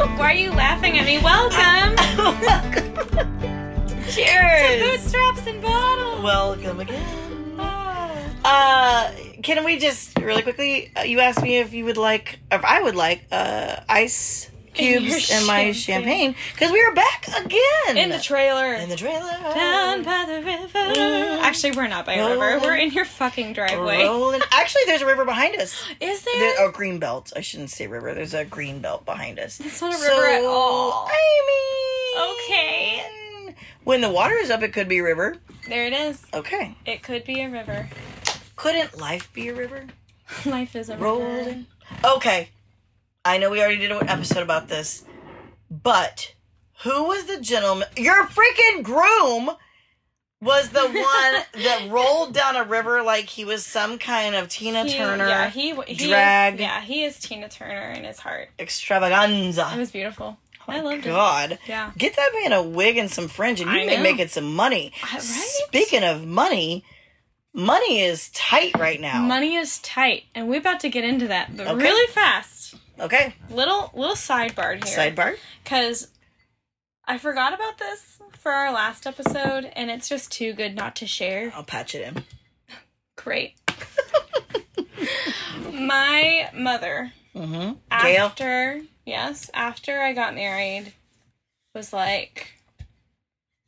are you laughing at me? Welcome to Cheers. Bootstraps and Bottles. Welcome again. Oh. Uh, can we just really quickly? Uh, you asked me if you would like, or if I would like, uh, ice In your cubes in, champagne. my champagne because we are back again In the trailer. in the trailer. Down by the river. Mm. Actually, we're not by a river. Rolling. We're in your fucking driveway. Rolling. Actually, there's a river behind us. Is There, there? oh, green belt. I shouldn't say river. There's a green belt behind us. It's not a river at all. I mean, okay. When the water is up, it could be a river. There it is. Okay. It could be a river. Couldn't life be a river? Life is a river. Rolling. Okay. I know we already did an episode about this, but who was the gentleman? Your freaking groom was the one that rolled down a river like he was some kind of Tina He- Turner Yeah, he, he drag. Is, yeah, he is Tina Turner in his heart. It extravaganza. was beautiful. I loved Oh God. it. Yeah. Get that man a wig and some fringe, and you I may know. make it some money. Uh, right? Speaking of money, money is tight right now. Money is tight, and we're about to get into that, but Okay. really fast. Okay, Little little sidebar here. sidebar. because I forgot about this for our last episode, and it's just too good not to share. I'll patch it in. Great. My mother, Mm-hmm. Gail. after yes, after I got married, was like,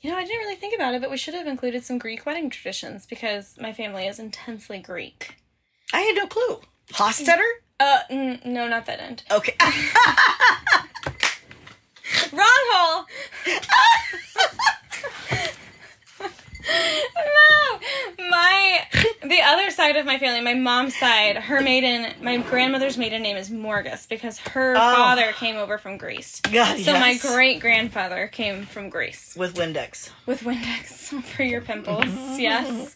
you know, I didn't really think about it, but we should have included some Greek wedding traditions because my family is intensely Greek. I had no clue. Hostetter? Uh, n- no, not that end. Okay. Wrong hole. no, my the other side of my family, my mom's side, her maiden, my grandmother's maiden name is Morgus because her father came over from Greece. Oh. God, So my yes. great grandfather came from Greece With Windex. with Windex for your pimples, yes.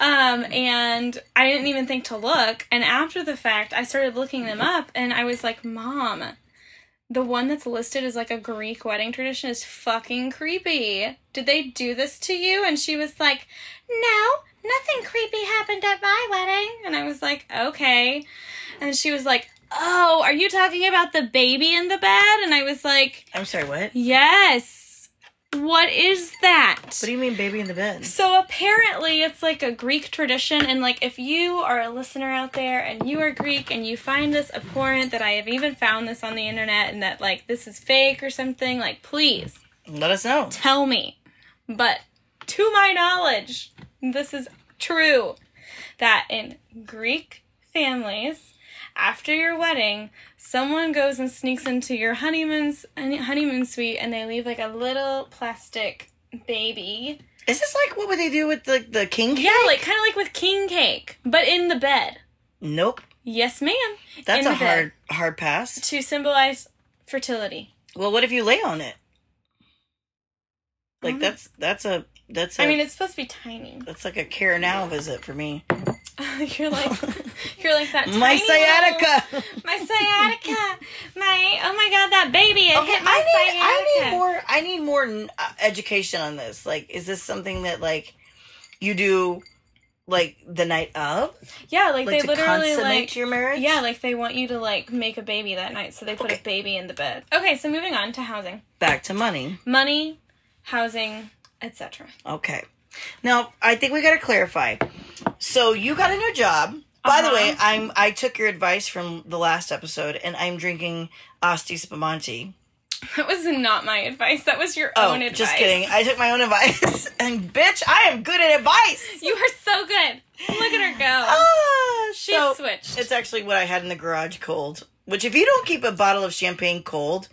Um, and I didn't even think to look. And after the fact, I started looking them up, and I was like, "Mom, the one that's listed as like a Greek wedding tradition is fucking creepy. Did they do this to you?" And she was like, "No, nothing creepy happened at my wedding." And I was like, "Okay." And she was like, "Oh, are you talking about the baby in the bed?" And I was like, I'm sorry, what? "Yes." What is that? What do you mean, baby in the bed? So apparently, it's like a Greek tradition, and like if you are a listener out there and you are Greek and you find this abhorrent that I have even found this on the internet and that like this is fake or something, like please Let us know. tell me. But to my knowledge, this is true that in Greek families, after your wedding, someone goes and sneaks into your honeymoon's honeymoon suite and they leave like a little plastic baby Is this like what would they do with the, the king? yeah, like kind of like with king cake, but in the bed. Nope. Yes, ma'am. That's In a the bed. hard hard pass. To symbolize fertility. Well, what if you lay on it? Like that's that's a that's Mm-hmm. a I mean, it's supposed to be tiny. that's like a care now visit for me. you're like, you're like that. My tiny sciatica. little- my sciatica. My oh my god, that baby! It Okay, hit my I need, I need sciatica. more. I need more uh, education on this. Like, is this something that like you do like the night of, yeah, like, like they to literally consummate like. your marriage? yeah, like they want you to like make a baby that night, so they put Okay. a baby in the bed. Okay, so moving on to housing, Back to money. money, housing, etc. Okay. Now I think we got to clarify. So you got a new job. By the way, Uh-huh. I'm I took your advice from the last episode, and I'm drinking Asti Spumante. That was not my advice. That was your Oh, own advice. just kidding. I took my own advice, and bitch, I am good at advice. You are so good. Look at her go. Ah, she so- switched. It's actually what I had in the garage cold. Which, if you don't keep a bottle of champagne cold,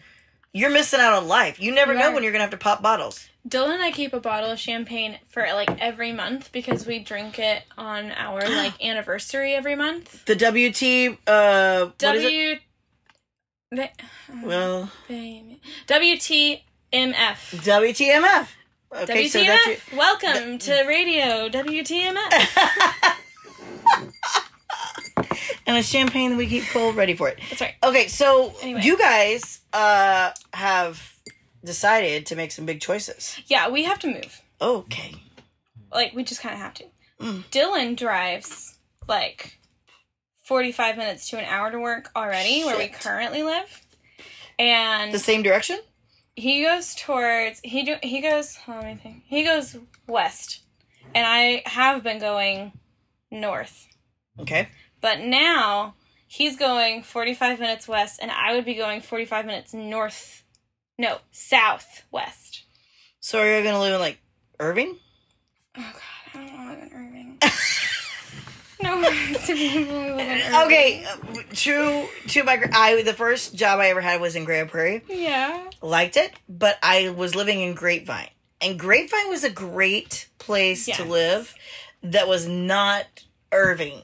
you're missing out on life. You never You know are. when you're gonna have to pop bottles. Dylan and I keep a bottle of champagne for like every month because we drink it on our like anniversary every month. The WT, uh, what is it? W. Ba- Well, Bam- WTMF. WTMF. Okay, WTMF. so that's your, Welcome to radio WTMF. and a champagne that we keep cold, ready for it. That's right. Okay, so Anyway. you guys uh have decided to make some big choices. Yeah, we have to move. Okay, Like we just kind of have to. Dylan drives like 45 minutes to an hour to work already where we Shit. currently live. and The same direction? he goes towards he do, he goes let me think he goes west and i have been going north Okay. but now he's going 45 minutes west and i would be going 45 minutes north no southwest So are you gonna live in like Irving? oh god i don't want to live in irving no offense to people who live in Irving. Okay. uh, True to my gr- I the first job I ever had was in Grand Prairie. yeah liked it, but I was living in Grapevine. And Grapevine was a great place Yes. to live that was not Irving,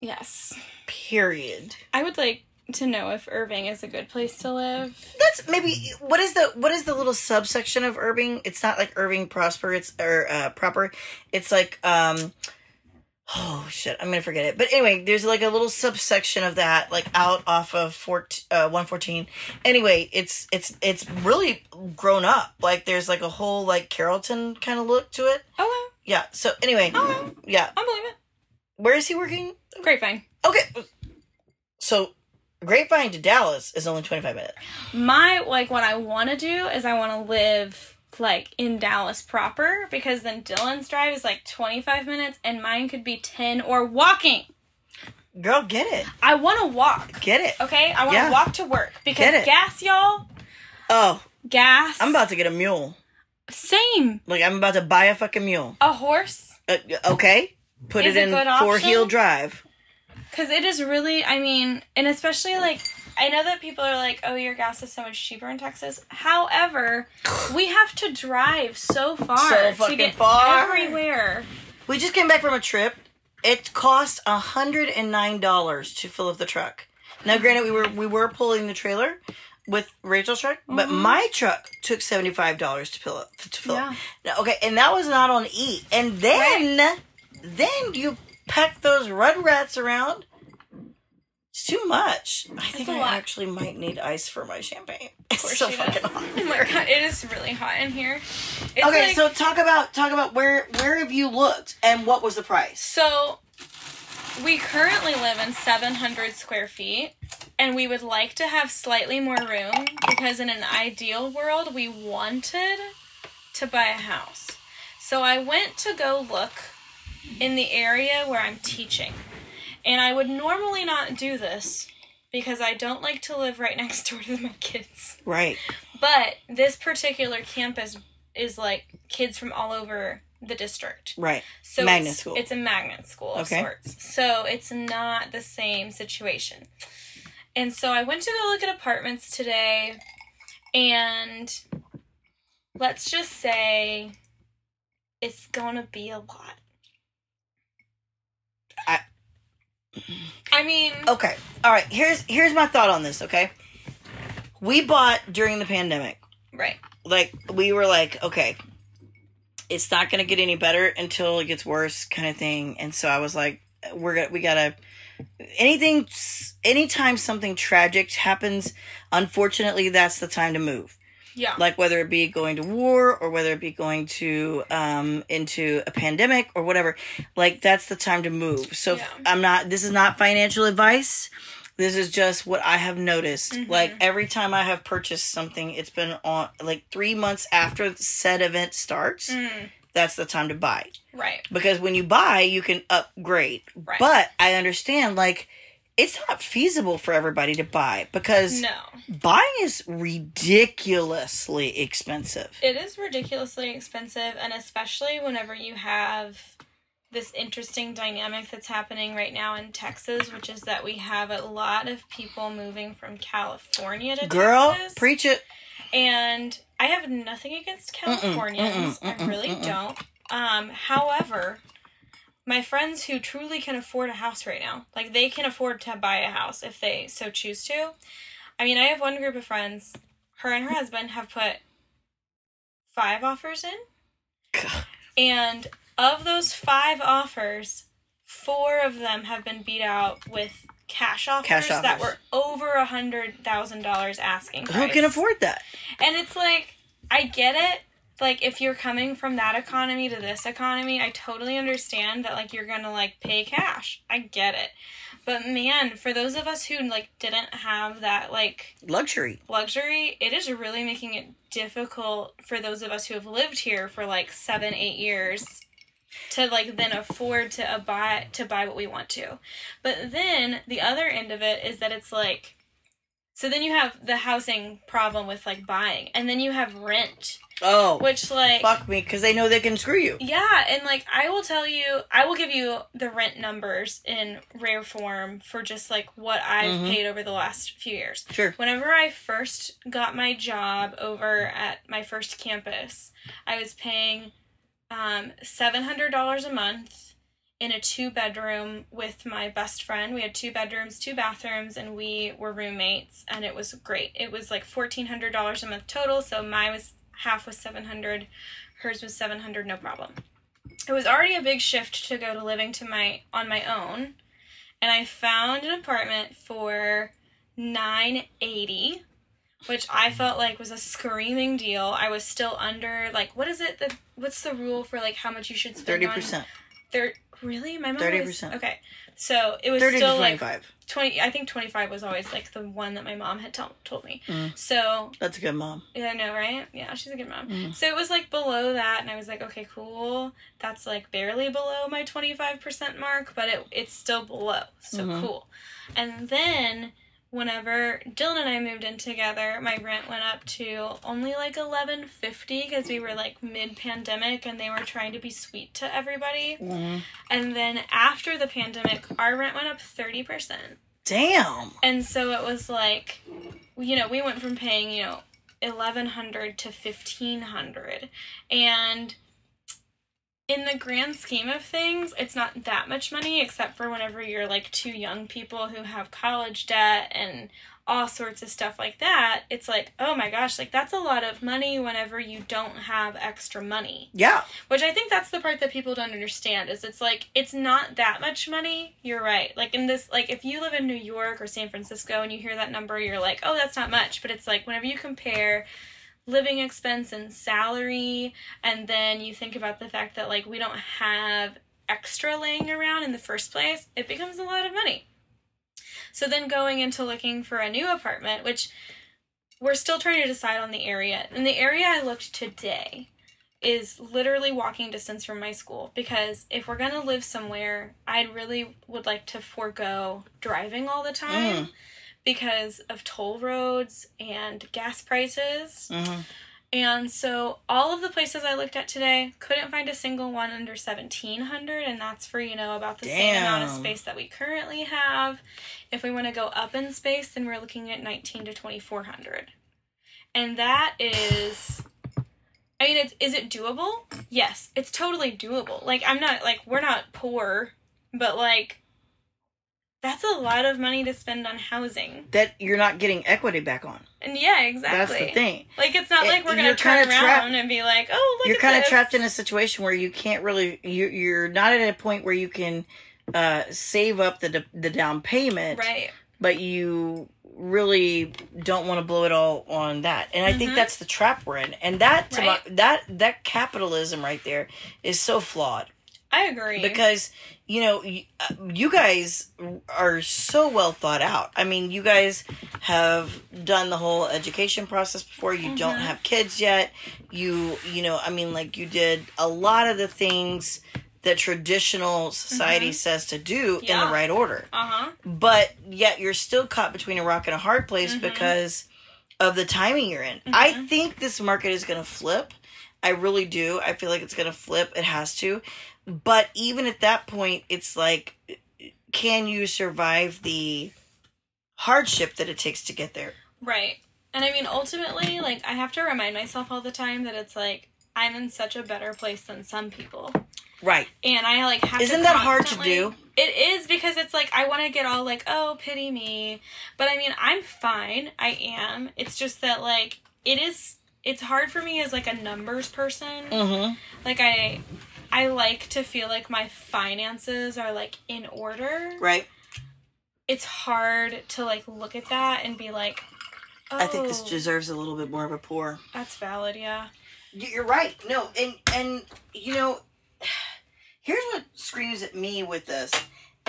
yes period. i would like to know if irving is a good place to live That's maybe what is the what is the little subsection of Irving? It's not like Irving Prosper, it's or uh, proper. It's like um oh shit, I'm gonna forget it. But anyway, there's like a little subsection of that, like out off of 14, uh, 114. Anyway, it's it's it's really grown up. Like there's like a whole like Carrollton kind of look to it. oh Yeah. So anyway, well, oh well, yeah. i'll believe it Where is he working? grapevine Okay. So Grapevine to Dallas is only 25 minutes. my like what I want to do is I want to live like in Dallas proper because then Dylan's drive is like 25 minutes and mine could be 10 or walking. Girl, get it. I want to walk. Get it. Okay? I want to Yeah. walk to work Get because it. gas y'all, Oh, gas. I'm about to get a mule. same. Like I'm about to buy a fucking mule. A horse Uh, okay. Put Is it a in good four-heel option? drive. Because it is really, I mean, and especially like, I know that people are like, oh, your gas is so much cheaper in Texas. However, we have to drive so far So to fucking get far. everywhere. We just came back from a trip. It cost $109 to fill up the truck. Now granted we were we were pulling the trailer with Rachel's truck, Mm-hmm. but my truck took $75 to fill up to fill up. Yeah. Now, okay, and that was not on E. And then, then you pack those red rats around. It's too much. I think a I lot. actually might need ice for my champagne. It's course so she fucking does. hot. Oh my god, it is really hot in here. It's Okay, like, so talk about talk about where where have you looked and what was the price? so we currently live in 700 square feet, and we would like to have slightly more room because in an ideal world we wanted to buy a house. So I went to go look in the area where I'm teaching, and I would normally not do this because I don't like to live right next door to my kids. Right. But this particular campus is like kids from all over the district. Right. So Magnet it's, school. It's a magnet school of Okay. sorts. So it's not the same situation. And so I went to go look at apartments today, and let's just say it's gonna be a lot. I- Oh. I mean, Okay. All right. Here's here's my thought on this, okay? We bought during the pandemic. right. like we were like okay it's not gonna get any better until it gets worse kind of thing and so i was like we're gonna we gotta anything anytime something tragic happens unfortunately that's the time to move Yeah. like whether it be going to war or whether it be going to um into a pandemic or whatever like that's the time to move so Yeah. i'm not this is not financial advice this is just what i have noticed Mm-hmm. like every time i have purchased something it's been on like three months after said event starts Mm, that's the time to buy right. because when you buy you can upgrade Right. but i understand like it's not feasible for everybody to buy because No. buying is ridiculously expensive. It is ridiculously expensive, and especially whenever you have this interesting dynamic that's happening right now in Texas, which is that we have a lot of people moving from California to Girl, Texas. preach it. and I have nothing against Californians. mm-mm, I mm-mm, really mm-mm. don't. Um, however, my friends who truly can afford a house right now, like they can afford to buy a house if they so choose to. I mean, I have one group of friends, her and her husband have put five offers in. God. And of those five offers, four of them have been beat out with cash offers, Cash that offers. were over a hundred thousand dollars asking. Who price. can afford that? And it's like, I get it. like if you're coming from that economy to this economy, I totally understand that like you're gonna like pay cash. I get it. But man, for those of us who like didn't have that like Luxury. luxury, it is really making it difficult for those of us who have lived here for like seven, eight years to like then afford to a buy to buy what we want to. But then the other end of it is that it's like so then you have the housing problem with like buying and then you have rent Oh, which like fuck me, because they know they can screw you. yeah, and like I will tell you, I will give you the rent numbers in rare form for just like what I've Mhm. paid over the last few years. Sure. Whenever I first got my job over at my first campus, I was paying um, $700 a month in a two bedroom with my best friend. We had two bedrooms, two bathrooms, and we were roommates, and it was great. It was like $1,400 a month total, so mine was half was 700 hers was 700 no problem it was already a big shift to go to living to my on my own and i found an apartment for 980 which i felt like was a screaming deal i was still under like what is it that what's the rule for like how much you should spend Thirty on- percent. Thir- really my mom 30%. always- okay so it was Thirty to still like twenty-five. 20 i think 25 was always like the one that my mom had told told me Mm. so That's a good mom. yeah, I know, right? Yeah, she's a good mom. Mm. So it was like below that, and I was like, okay, cool. That's like barely below my twenty five percent mark, but it it's still below, so Mhm. cool. And then whenever Dylan and I moved in together, my rent went up to only like eleven fifty because we were like mid pandemic, and they were trying to be sweet to everybody. And then after the pandemic, our rent went up thirty percent. Damn. And so it was like, you know, we went from paying, you know, 1100 to 1500. And in the grand scheme of things, it's not that much money except for whenever you're like two young people who have college debt and all sorts of stuff like that. It's like, oh my gosh, like that's a lot of money whenever you don't have extra money Yeah. which i think that's the part that people don't understand is it's like it's not that much money you're right like in this like if you live in new york or san francisco and you hear that number you're like oh that's not much but it's like whenever you compare living expense and salary and then you think about the fact that like we don't have extra laying around in the first place it becomes a lot of money so then going into looking for a new apartment which we're still trying to decide on the area and the area i looked today is literally walking distance from my school because if we're gonna live somewhere, I really would like to forego driving all the time because of toll roads and gas prices. hmm And so all of the places I looked at today couldn't find a single one under 1700 and that's for, you know, about the same amount of Damn. space that we currently have. If we want to go up in space, then we're looking at 19 to 2400. And that is I mean, it's, is it doable? Yes, it's totally doable. Like I'm not like we're not poor, but like that's a lot of money to spend on housing. That you're not getting equity back on. And yeah, exactly. That's the thing. Like it's not It- like we're you're gonna turn kinda trapped- around and be like, oh, look you're at kind of this. trapped in a situation where you can't really you you're not at a point where you can uh save up the d- the down payment right. but you really don't want to blow it all on that and i think Mhm. that's the trap we're in and that to my- Right. that that capitalism right there is so flawed I agree. because you know you, uh, you guys are so well thought out i mean you guys have done the whole education process before you don't Mhm. have kids yet you you know i mean like you did a lot of the things that traditional society says to do in Mm-hmm. Yeah. the right order uh huh. but yet you're still caught between a rock and a hard place Mhm. because of the timing you're in. I think this market is going to flip. I really do. I feel like it's going to flip. It has to. But even at that point, it's like, can you survive the hardship that it takes to get there? Right. And I mean, ultimately, like I have to remind myself all the time that it's like I'm in such a better place than some people. Right. and I like have. Isn't to that hard to constantly- do? It is because it's like I want to get all like, oh, pity me, but I mean, I'm fine. I am. It's just that like it is. It's hard for me as like a numbers person. Mm-hmm. Like I, I like to feel like my finances are like in order. Right. It's hard to like look at that and be like, oh, I think this deserves a little bit more of a pour. that's valid. Yeah. Y- You're right. No, and and you know, here's what screams at me with this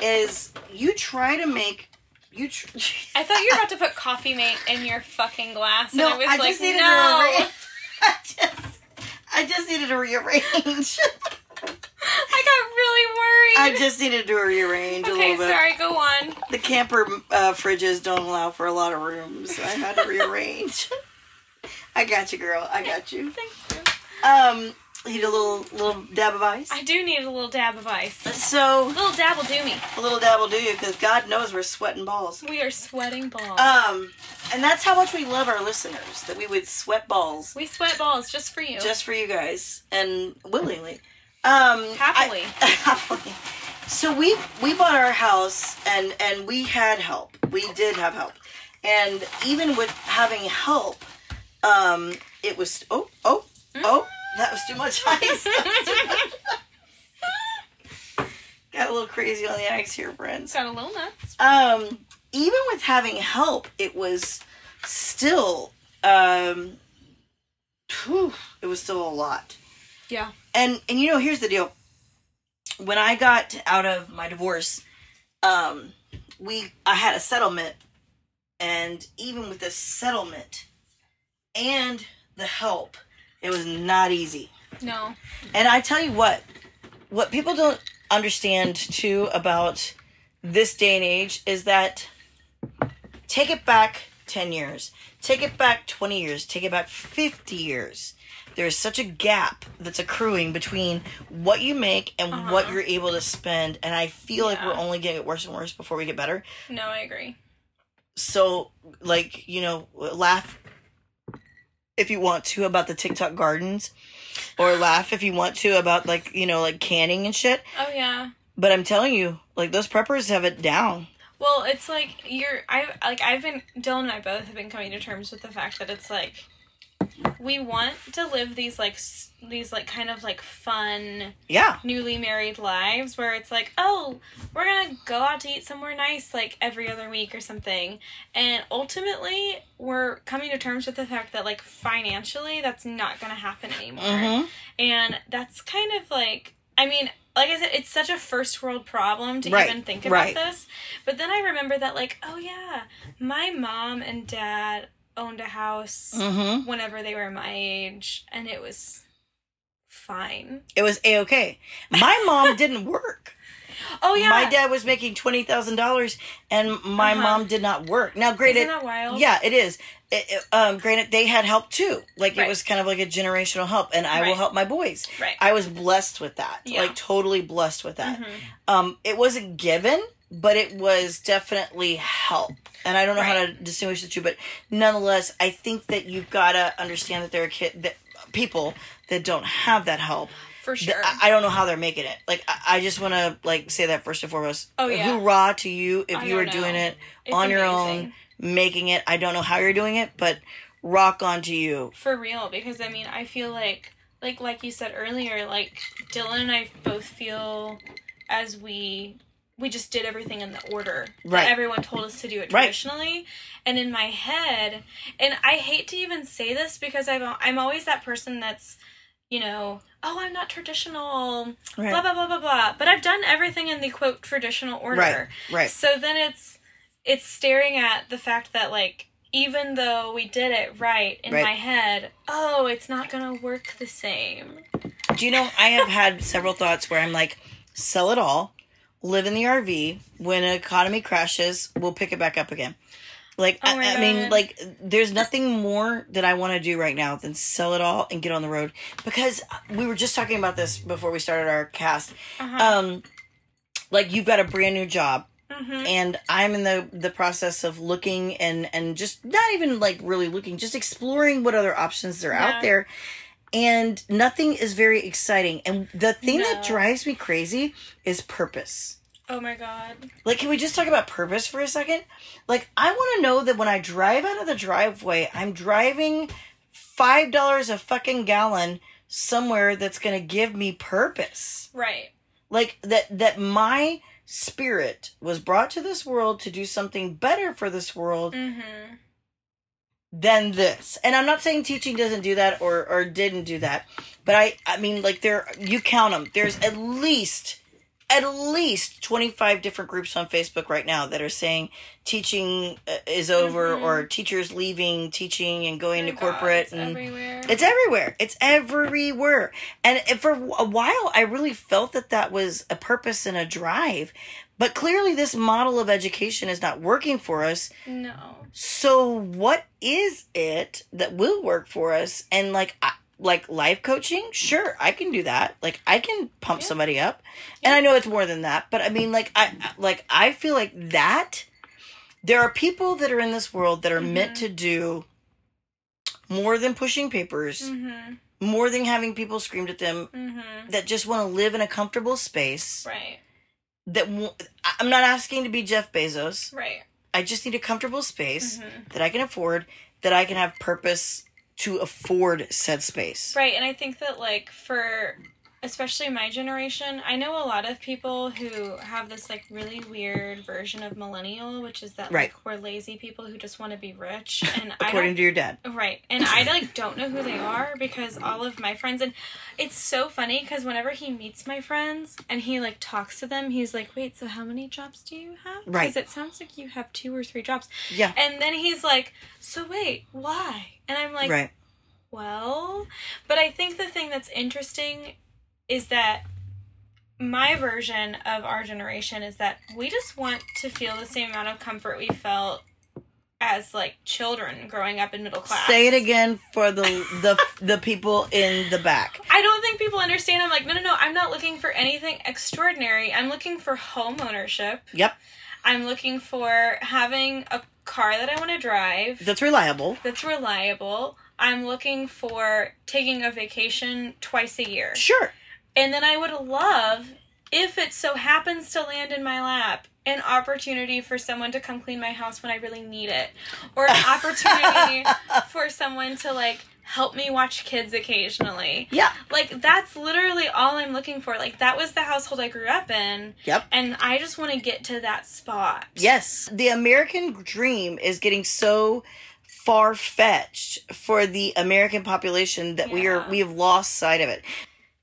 is you try to make you. Tr- I thought you were about to put coffee mate in your fucking glass, and no, I was I like, just needed no. to. Re- I just, I just needed to rearrange. I got really I worried. just needed to rearrange a okay, little bit. sorry. Go on. The camper uh, fridges don't allow for a lot of rooms. I had to rearrange. I got you, girl. I got you. Thanks. Um, need a little little dab of ice. I do need a little dab of ice. So A little dab will do me. a little dab will do you because God knows we're sweating balls. We are sweating balls. Um, and that's how much we love our listeners that we would sweat balls we sweat balls just for you. just for you guys and willingly. Um, I- Happily. happily. So we we bought our house and and we had help. We did have help, and even with having help, um, it was oh oh oh that was too much ice. That was too much. Got a little crazy on the ice here, friends. Got a little nuts. um, even with having help, it was still um, phew, it was still a lot. Yeah. And and you know, here's the deal. When I got out of my divorce, um, we I had a settlement, and even with the settlement and the help, it was not easy. No. And I tell you what, what people don't understand too about this day and age is that take it back 10 years, take it back 20 years, take it back 50 years. There's such a gap that's accruing between what you make and what you're able to spend. And I feel like Yeah. we're only getting it worse and worse before we get better. No, I agree. So, like, you know, laugh if you want to about the TikTok gardens or laugh if you want to about like, you know, like canning and shit. Oh yeah. But I'm telling you, like those preppers have it down. Well, it's like you're. I like. I've been. Dylan and I both have been coming to terms with the fact that it's like we want to live these like s- these like kind of like fun Yeah. newly married lives where it's like oh we're gonna go out to eat somewhere nice like every other week or something and ultimately we're coming to terms with the fact that like financially that's not gonna happen anymore Mhm. and that's kind of like i mean like i said it's such a first world problem to Right, even think about right. this but then i remember that like oh yeah my mom and dad owned a house Mhm. whenever they were my age and it was fine It was a okay. My mom didn't work. oh yeah My dad was making twenty thousand dollars, and my Uh-huh. mom did not work. Now, granted, Isn't that wild? yeah, it is. It- it- um, granted, they had help too. Like it Right. was kind of like a generational help, and I will Right. help my boys. Right. I was blessed with that. Yeah. Mm-hmm. Like totally blessed with that. Um, it wasn't given, but it was definitely help. And I don't know how to distinguish the two, but nonetheless, I think that you've got to understand that there are kid that people that don't have that help. for sure I, I don't know how they're making it. Like I, I just want to like say that first and foremost. Oh, yeah. Hoorah to you if I you are don't doing know. it It's on your amazing. own, making it. I don't know how you're doing it, but rock on to you. for real because i mean i feel like like like you said earlier like dylan and i both feel as we we just did everything in the order Right. that everyone told us to do it Right. traditionally and in my head and i hate to even say this because i'm i'm always that person that's you know oh i'm not traditional Right. blah blah blah blah blah but i've done everything in the quote traditional order Right. Right. so then it's it's staring at the fact that like even though we did it right in Right. my head, oh, it's not gonna work the same. Do you know I have had several thoughts where I'm like, sell it all, live in the RV. When an economy crashes, we'll pick it back up again. Like Oh my I, I mean, God. like there's nothing more that I want to do right now than sell it all and get on the road because uh, we were just talking about this before we started our cast. Uh-huh. Um, like you've got a brand new job, and I'm in the the process of looking and and just not even like really looking, just exploring what other options are out Yeah. there. And nothing is very exciting. And the thing that No. drives me crazy is purpose. Oh my god. Like, can we just talk about purpose for a second? Like, I want to know that when I drive out of the driveway, I'm driving five dollars a fucking gallon somewhere that's going to give me purpose Right. like that that my spirit was brought to this world to do something better for this world Mm-hmm. than this. And I'm not saying teaching doesn't do that or or didn't do that, but I I mean like there you count them. There's at least at least 25 different groups on Facebook right now that are saying teaching uh, is over or teachers leaving teaching and going to Oh God, corporate it's and everywhere. it's everywhere. It's everywhere. And and for a while, I really felt that that was a purpose and a drive. But clearly, this model of education is not working for us. no. So, what is it that will work for us? And like, I, like life coaching, sure, I can do that. Like, I can pump Yeah. somebody up, and I know it's more than that. But I mean, like, I I- like I feel like that. There are people that are in this world that are meant Mm-hmm. to do more than pushing papers Mm-hmm. more than having people screamed at them Mm-hmm. that just want to live in a comfortable space Right. that w- I- i'm not asking to be jeff bezos Right. i just need a comfortable space Mhm. that i can afford that i can have purpose to afford said space Right, and I think that like for especially my generation, I know a lot of people who have this like really weird version of millennial, which is that Right. like we're lazy people who just want to be rich and I according don't- to your dad Right. And I like don't know who they are because all of my friends and it's so funny cuz whenever he meets my friends and he like talks to them, he's like, "Wait, so how many jobs do you have?" Right. Cuz it sounds like you have two or three jobs. yeah And then he's like, "So wait, why?" And I'm like, right well. But I think the thing that's interesting is that my version of our generation is that we just want to feel the same amount of comfort we felt as like children growing up in middle class. say it again for the the the people in the back I don't think people understand. I'm like, no, no, no. I'm not looking for anything extraordinary. I'm looking for home ownership. yep I'm looking for having a car that I want to drive. that's reliable that's reliable. I'm looking for taking a vacation twice a year. sure And then I would love, if it so happens to land in my lap, an opportunity for someone to come clean my house when I really need it, or an opportunity for someone to like help me watch kids occasionally. yeah Like that's literally all I'm looking for. Like that was the household I grew up in, yep and I just want to get to that spot. Yes. The American dream is getting so far fetched for the American population that we are Yeah. we have lost sight of it.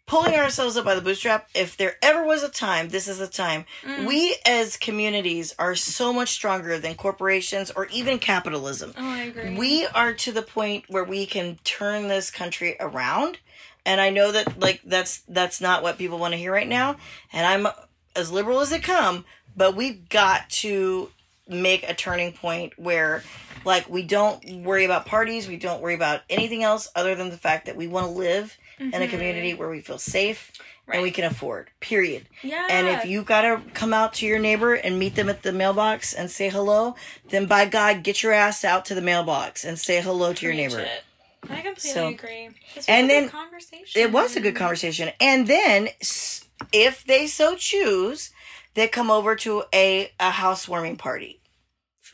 Pulling ourselves up by the bootstrap, if there ever was a time, this is the time. We as communities are so much stronger than corporations or even capitalism. Oh, I agree. We are to the point where we can turn this country around. And I know that like that's that's not what people want to hear right now. And I'm as liberal as it come, but we've got to make a turning point where like we don't worry about parties, we don't worry about anything else other than the fact that we want to live in a community where we feel safe and we Right. can afford. Period. yeah. And if you gotta come out to your neighbor and meet them at the mailbox and say hello, then by God, get your ass out to the mailbox and say hello to your Preach neighbor. it. I completely So- agree. This was and a then- good conversation. It was a Mm-hmm. good conversation. And then, s- if they so choose, they come over to a, a housewarming party.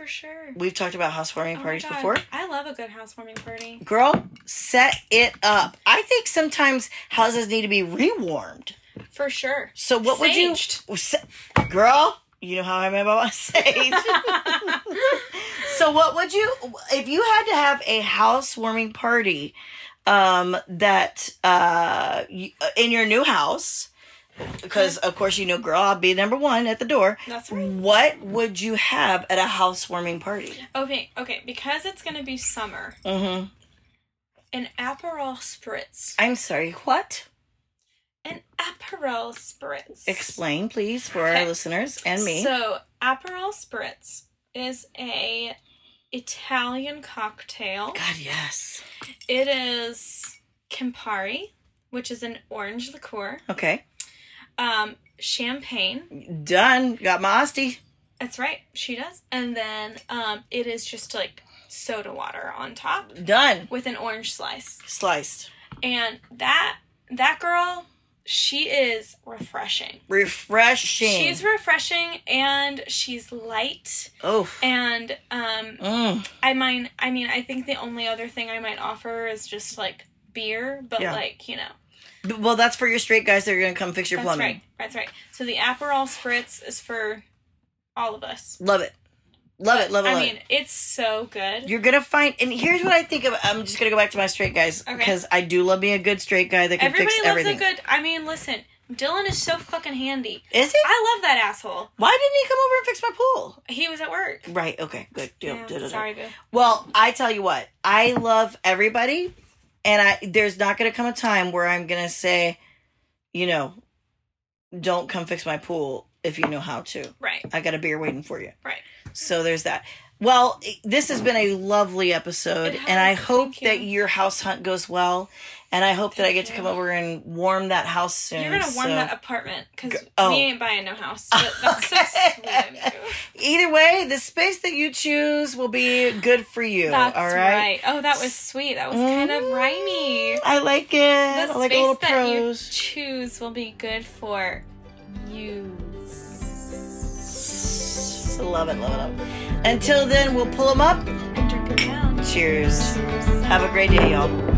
for sure. We've talked about housewarming Oh my parties God. before. I love a good housewarming party. Girl, set it up. I think sometimes houses need to be rewarmed. For sure. So what Saged. would you, Sa- girl? You know how I meant about sage. so what would you, if you had to have a housewarming party, um, that uh, you, in your new house, because of course you know, girl, I'll be number one at the door. That's right. What would you have at a housewarming party? Okay, okay. Because it's gonna be summer, Mm-hmm. an Aperol spritz. I'm sorry. What? An Aperol spritz. Explain, please, for our Okay. listeners and me. So Aperol spritz is a Italian cocktail. God, yes. It is Campari, which is an orange liqueur. Okay, Um, champagne. done. Got my Ostie. That's right, she does. And then um, it is just like soda water on top Done. with an orange slice. Sliced. And that that girl, she is refreshing. refreshing. She's refreshing and she's light oh, and um mm, I mean I mean I think the only other thing I might offer is just like beer, but Yeah. like, you know. B- well, that's for your straight guys that are gonna come fix your That's plumbing. right. That's right. So the Aperol spritz is for all of us. Love it. Love it, love it, I love mean, it. it's so good. You're gonna find, and here's what I think of. I'm just gonna go back to my straight guys Okay. because I do love being a good straight guy that can Everybody fix loves everything. a good. I mean, listen, Dylan is so fucking handy. Is it? I love that asshole. Why didn't he come over and fix my pool? He was at work. Right. Okay. Good. Deal. Yeah, Da-da-da. sorry, boo. Well, I tell you what, I love everybody, and I there's not going to come a time where I'm going to say, you know, don't come fix my pool if you know how to. Right, I got a beer waiting for you. right. So there's that. Well, this has been a lovely episode, It has. and I hope Thank you. that your house hunt goes well, and I hope that I Thank get to you. come over and warm that house soon. You're gonna warm so- that apartment because Go- oh. we ain't buying no house. But that's so Okay. sweet of you. Either way, the space that you choose will be good for you. That's all right. right. Oh, that was sweet. That was kind of Mm. rhymey. I like it. The I like a space little that prose. you choose will be good for you. Love it, love it, love it. Until then, we'll pull them up. And drink it down. Cheers. Have a great day, y'all.